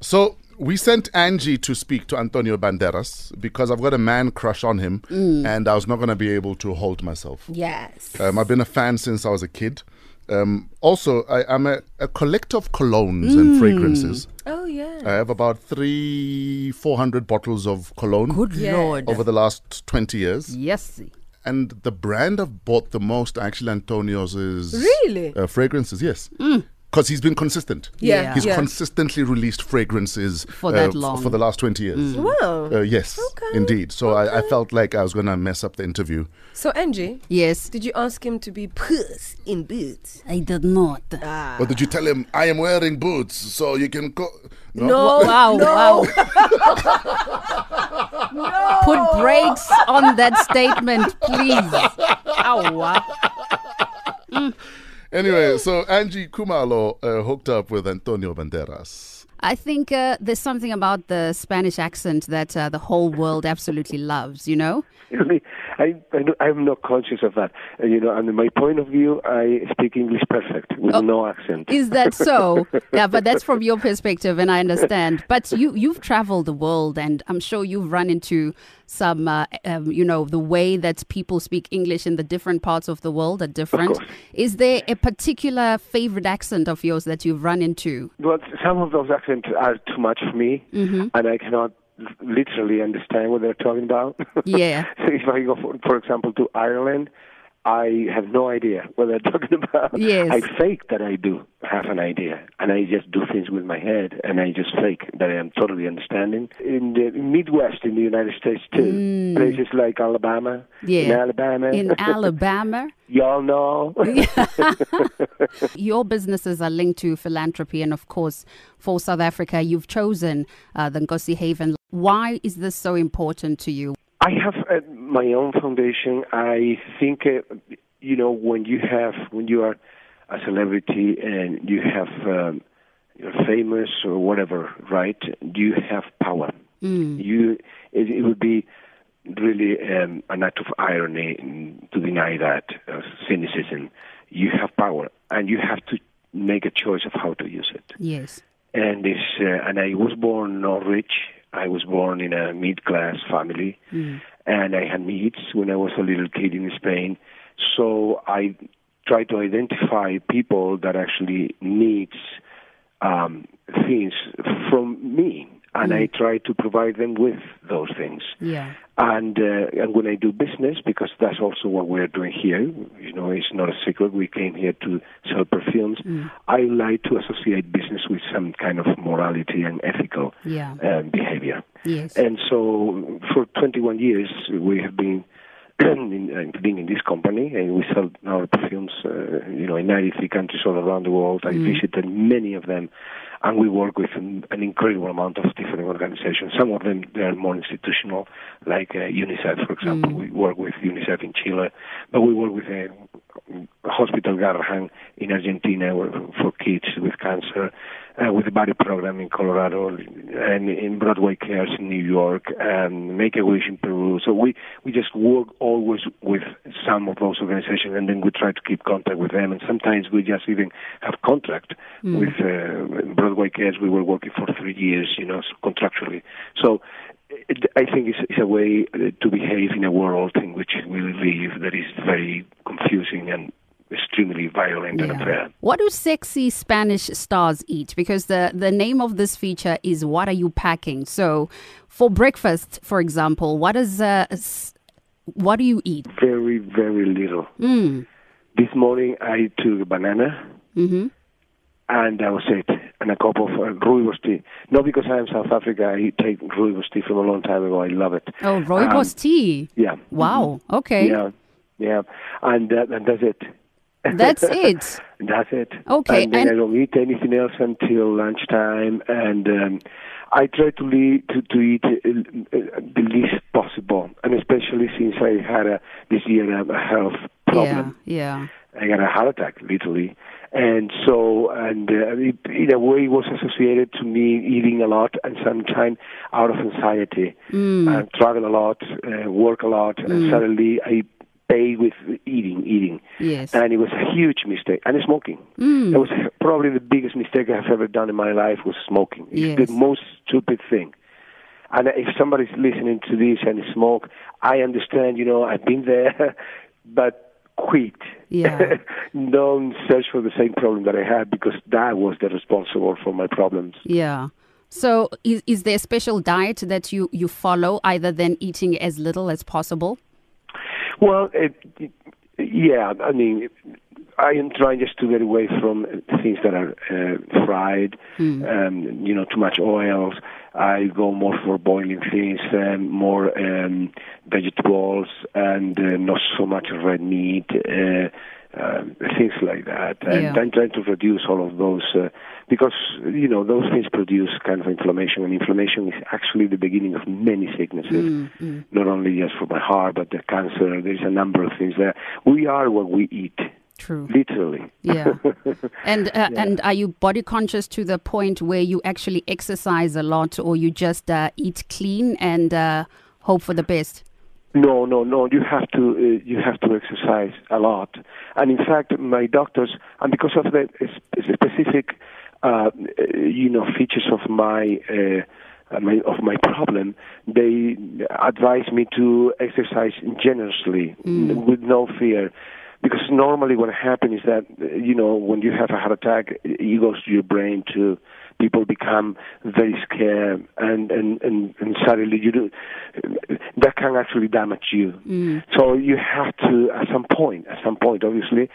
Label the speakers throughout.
Speaker 1: So we sent Angie to speak to Antonio Banderas because I've got a man crush on him and I was not going to be able to hold myself.
Speaker 2: Yes.
Speaker 1: Um, I've been a fan since I was a kid. Um, also, I, I'm a, a collector of colognes and fragrances.
Speaker 2: oh yeah.
Speaker 1: I have about three, 400 bottles of cologne
Speaker 3: Good
Speaker 2: Yeah.
Speaker 3: lord.
Speaker 1: over the last 20 years.
Speaker 3: yes.
Speaker 1: And the brand I've bought the most, are actually, Antonio's is.
Speaker 2: Really?
Speaker 1: Uh, fragrances, yes. Because he's been consistent.
Speaker 2: Yeah,
Speaker 1: He's
Speaker 2: yeah.
Speaker 1: consistently released fragrances
Speaker 3: For that
Speaker 1: f-
Speaker 3: long.
Speaker 1: for the last 20 years.
Speaker 2: Wow.
Speaker 1: Uh, yes,
Speaker 2: Mm. Okay,
Speaker 1: indeed. So I, I felt like I was going to mess up the interview.
Speaker 2: so Angie,
Speaker 3: Yes.
Speaker 2: did you ask him to be puss in boots?
Speaker 3: I did not.
Speaker 1: But did you tell him, I am wearing boots, so you can go?
Speaker 2: No.
Speaker 3: Wow,
Speaker 2: No.
Speaker 3: wow. Put brakes on that statement, please. Ow.
Speaker 1: Anyway, so Angie Kumalo uh, hooked up with Antonio Banderas.
Speaker 3: I think uh, there's something about the Spanish accent that uh, the whole world absolutely loves, you know?
Speaker 4: Excuse me. I, I do, I'm not conscious of that. Uh, you know, and my point of view, I speak English perfect with no accent.
Speaker 3: Is that so? Yeah, but that's from your perspective, and I understand. But you you've traveled the world, and I'm sure you've run into some, uh, um, you know, the way that people speak English in the different parts of the world are different.
Speaker 4: course.
Speaker 3: Is there a particular favorite accent of yours that you've run into?
Speaker 4: Well, some of those accents are too much for me,
Speaker 3: Mm-hmm.
Speaker 4: and I cannot literally understand what they're talking about.
Speaker 3: Yeah.
Speaker 4: so if I go, for, for example, to Ireland, I have no idea what they're talking about.
Speaker 3: Yes.
Speaker 4: I fake that I do have an idea, and I just do things with my head, and I just fake that I am totally understanding. In the Midwest, in the United States, too, places like Alabama,
Speaker 3: Mm. Yeah.
Speaker 4: in Alabama,
Speaker 3: In Alabama,
Speaker 4: y'all know.
Speaker 3: your businesses are linked to philanthropy, and of course, for South Africa, you've chosen uh, the Ngosi Haven. Why is this so important to you?
Speaker 4: I have uh, my own foundation. I think uh, you know when you have when you are a celebrity and you have um, you're famous or whatever, right? You have power. You it, it would be really um, an act of irony to deny that uh, cynicism. You have power, and you have to make a choice of how to use it
Speaker 3: Yes.
Speaker 4: and this uh, and I was born not rich. I was born in a mid class family, and I had needs when I was a little kid in Spain. So I try to identify people that actually needs um, things from me, and I try to provide them with those things
Speaker 3: Yeah.
Speaker 4: and uh, and when I do business, because that's also what we're doing here, you know, it's not a secret. We came here to sell perfumes. I like to associate business with some kind of morality and ethical
Speaker 3: Yeah.
Speaker 4: um, behavior.
Speaker 3: Yes.
Speaker 4: And so, for 21 years, we have been in, uh, being in this company, and we sell our perfumes, uh, you know, in 93 countries all around the world. I visited many of them, and we work with an, an incredible amount of different organizations. Some of them they are more institutional, like uh, UNICEF, for example. We work with UNICEF in Chile, but we work with uh, Hospital Garrahan in Argentina for kids with cancer, uh, with the Body Program in Colorado, and in Broadway Cares in New York, and Make a Wish in Peru. So we, we just work always with some of those organizations, and then we try to keep contact with them. And sometimes we just even have contract with uh, Broadway Cares. We were working for three years, you know, contractually. So it, I think it's, it's a way uh, to behave in a world in which we live that is very confusing and extremely violent and unfair.
Speaker 3: What do sexy Spanish stars eat? Because the, the name of this feature is What Are You Packing? So, for breakfast, for example, what is uh, s- what do you eat?
Speaker 4: very, very little.
Speaker 3: Hmm.
Speaker 4: This morning I took a banana,
Speaker 3: Mm-hmm.
Speaker 4: and that was it, and a cup of uh, rooibos tea. Not because I am South Africa, I take rooibos tea from a long time ago. I love it. Um,
Speaker 3: Oh, rooibos tea.
Speaker 4: Yeah.
Speaker 3: Wow. Okay.
Speaker 4: mm-hmm. Yeah, yeah, and, uh, and that's it.
Speaker 3: That's it.
Speaker 4: That's it.
Speaker 3: Okay,
Speaker 4: And then
Speaker 3: and-
Speaker 4: I don't eat anything else until lunchtime, and um, I try to, le- to to eat uh, uh, the least possible, and especially since I had a, this year um, a health
Speaker 3: Yeah.
Speaker 4: problem.
Speaker 3: Yeah.
Speaker 4: I got a heart attack, literally. And so, and uh, it, in a way, it was associated to me eating a lot and
Speaker 3: Mm.
Speaker 4: sometimes out of anxiety. I travel a lot, uh, work a lot, and suddenly I pay with eating, eating.
Speaker 3: Yes. Mm.
Speaker 4: And it was a huge mistake. And smoking. That was probably the biggest mistake I've ever done in my life was smoking. It's
Speaker 3: Yes.
Speaker 4: the most stupid thing. And if somebody's listening to this and smoke, I understand, you know, I've been there, but quit.
Speaker 3: Yeah.
Speaker 4: Don't search for the same problem that I had because that was the responsible for my problems.
Speaker 3: Yeah. So is is there a special diet that you you follow either than eating as little as possible?
Speaker 4: Well, it, it- yeah, I mean, I am trying just to get away from things that are uh, fried, um, you know, too much oils. I go more for boiling things, um, more um, vegetables, and uh, not so much red meat, uh, um things like that. And
Speaker 3: Yeah.
Speaker 4: I'm trying to reduce all of those uh, because, you know, those things produce kind of inflammation, and inflammation is actually the beginning of many sicknesses not only just for my heart, but the cancer. There's a number of things there. We are what we eat,
Speaker 3: True.
Speaker 4: literally.
Speaker 3: Yeah. and uh, and are you body conscious to the point where you actually exercise a lot or you just uh, eat clean and uh, hope for the best?
Speaker 4: No, no, no. You have to uh, you have to exercise a lot. And in fact, my doctors, and because of the s- specific, uh, uh, you know, features of my. Uh, uh, my, of my problem, they advise me to exercise generously n- with no fear, because normally what happens is that uh, you know when you have a heart attack, it goes to your brain to people become very scared and and and, and suddenly you do that can actually damage you
Speaker 3: Mm.
Speaker 4: so you have to at some point at some point obviously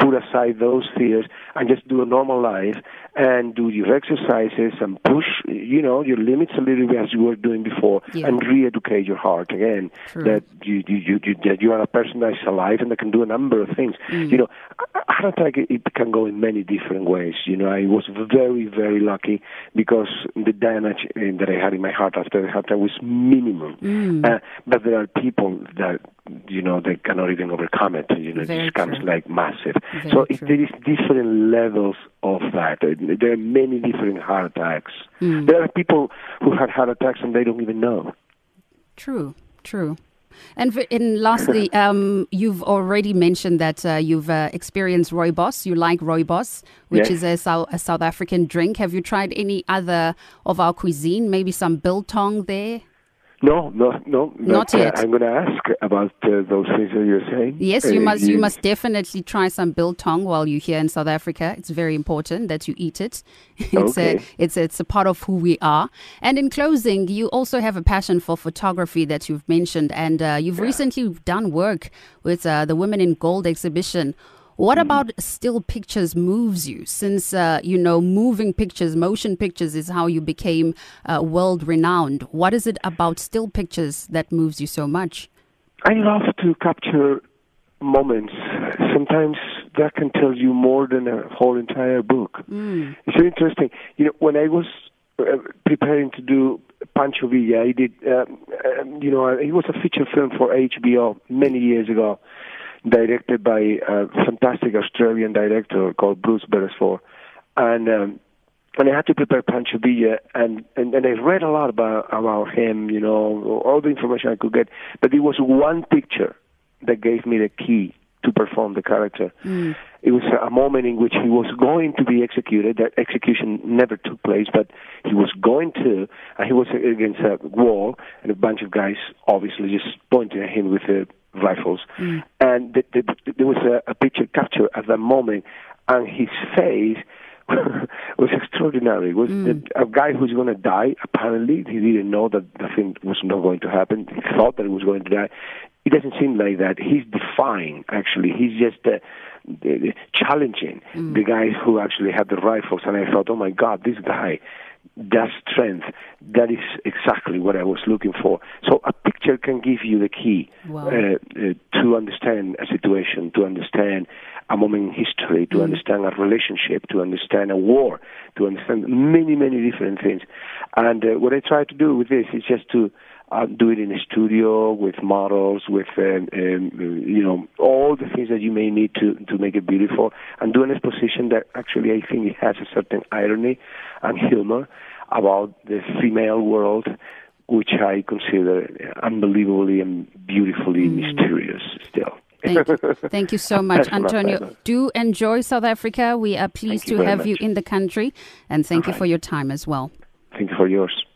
Speaker 4: put aside those fears and just do a normal life and do your exercises and push you know your limits a little bit as you were doing before
Speaker 3: Yeah.
Speaker 4: and re-educate your heart again
Speaker 3: True.
Speaker 4: that you, you you you that you are a person that is alive and that can do a number of things
Speaker 3: Mm.
Speaker 4: you know a- a heart attack it- it can go in many different ways you know i was very very lucky because the damage eh, that i had in my heart after the heart attack was minimum
Speaker 3: Mm.
Speaker 4: uh, but there are people that you know they cannot even overcome it you know
Speaker 3: Very
Speaker 4: it becomes
Speaker 3: true.
Speaker 4: like massive
Speaker 3: Very
Speaker 4: so it,
Speaker 3: true.
Speaker 4: there is different levels of that Eh, there are many different heart attacks
Speaker 3: Mm.
Speaker 4: there are people who had heart attacks and they don't even know
Speaker 3: True, true. And, v- and lastly, um, you've already mentioned that uh, you've uh, experienced rooibos. You like rooibos, which is
Speaker 4: Yes.
Speaker 3: a, Sou- a South African drink. Have you tried any other of our cuisine? Maybe some biltong there?
Speaker 4: No, no, no.
Speaker 3: Not
Speaker 4: but, uh,
Speaker 3: yet.
Speaker 4: I'm going to ask about uh, those things that you're saying.
Speaker 3: Yes, you
Speaker 4: Uh,
Speaker 3: must. You must definitely try some biltong while you're here in South Africa. It's very important that you eat it. It's
Speaker 4: Okay.
Speaker 3: a it's it's a part of who we are. And in closing, you also have a passion for photography that you've mentioned, and uh, you've recently done work with uh, the Women in Gold exhibition. What about still pictures moves you? Since uh, you know moving pictures, motion pictures is how you became uh, world renowned. What is it about still pictures that moves you so much?
Speaker 4: I love to capture moments. Sometimes that can tell you more than a whole entire book.
Speaker 3: Mm.
Speaker 4: It's very interesting. You know, when I was uh, preparing to do Pancho Villa, I did, um, um, you know, it was a feature film for HBO many years ago, directed by a fantastic Australian director called Bruce Beresford. And um, and I had to prepare Pancho Villa, and, and, and I read a lot about, about him, you know, all the information I could get. But it was one picture that gave me the key to perform the character. It was a moment in which he was going to be executed. That execution never took place, but he was going to, and he was against a wall, and a bunch of guys obviously just pointing at him with their rifles. And th- th- th- there was a, a picture captured at that moment, and his face was extraordinary. It was the, a guy who's going to die. Apparently, he didn't know that the thing was not going to happen. He thought that he was going to die. It doesn't seem like that. He's defying. Actually, he's just uh, uh, challenging the guys who actually had the rifles. And I thought, oh my God, this guy. That strength, that is exactly what I was looking for. So a picture can give you the key
Speaker 3: Wow.
Speaker 4: uh, uh, to understand a situation, to understand a moment in history, to understand a relationship, to understand a war, to understand many, many different things. And uh, what I try to do with this is just to uh, do it in a studio with models, with um, um, you know all the things that you may need to to make it beautiful, and do an exposition that actually I think it has a certain irony and humor about the female world which I consider unbelievably and beautifully mysterious still.
Speaker 3: Thank you. Thank you so much,
Speaker 4: That's my
Speaker 3: Antonio.
Speaker 4: pleasure.
Speaker 3: Do enjoy South Africa. We are pleased to
Speaker 4: you very
Speaker 3: have
Speaker 4: much.
Speaker 3: you in the country and thank you for your time as well.
Speaker 4: Thank you for yours.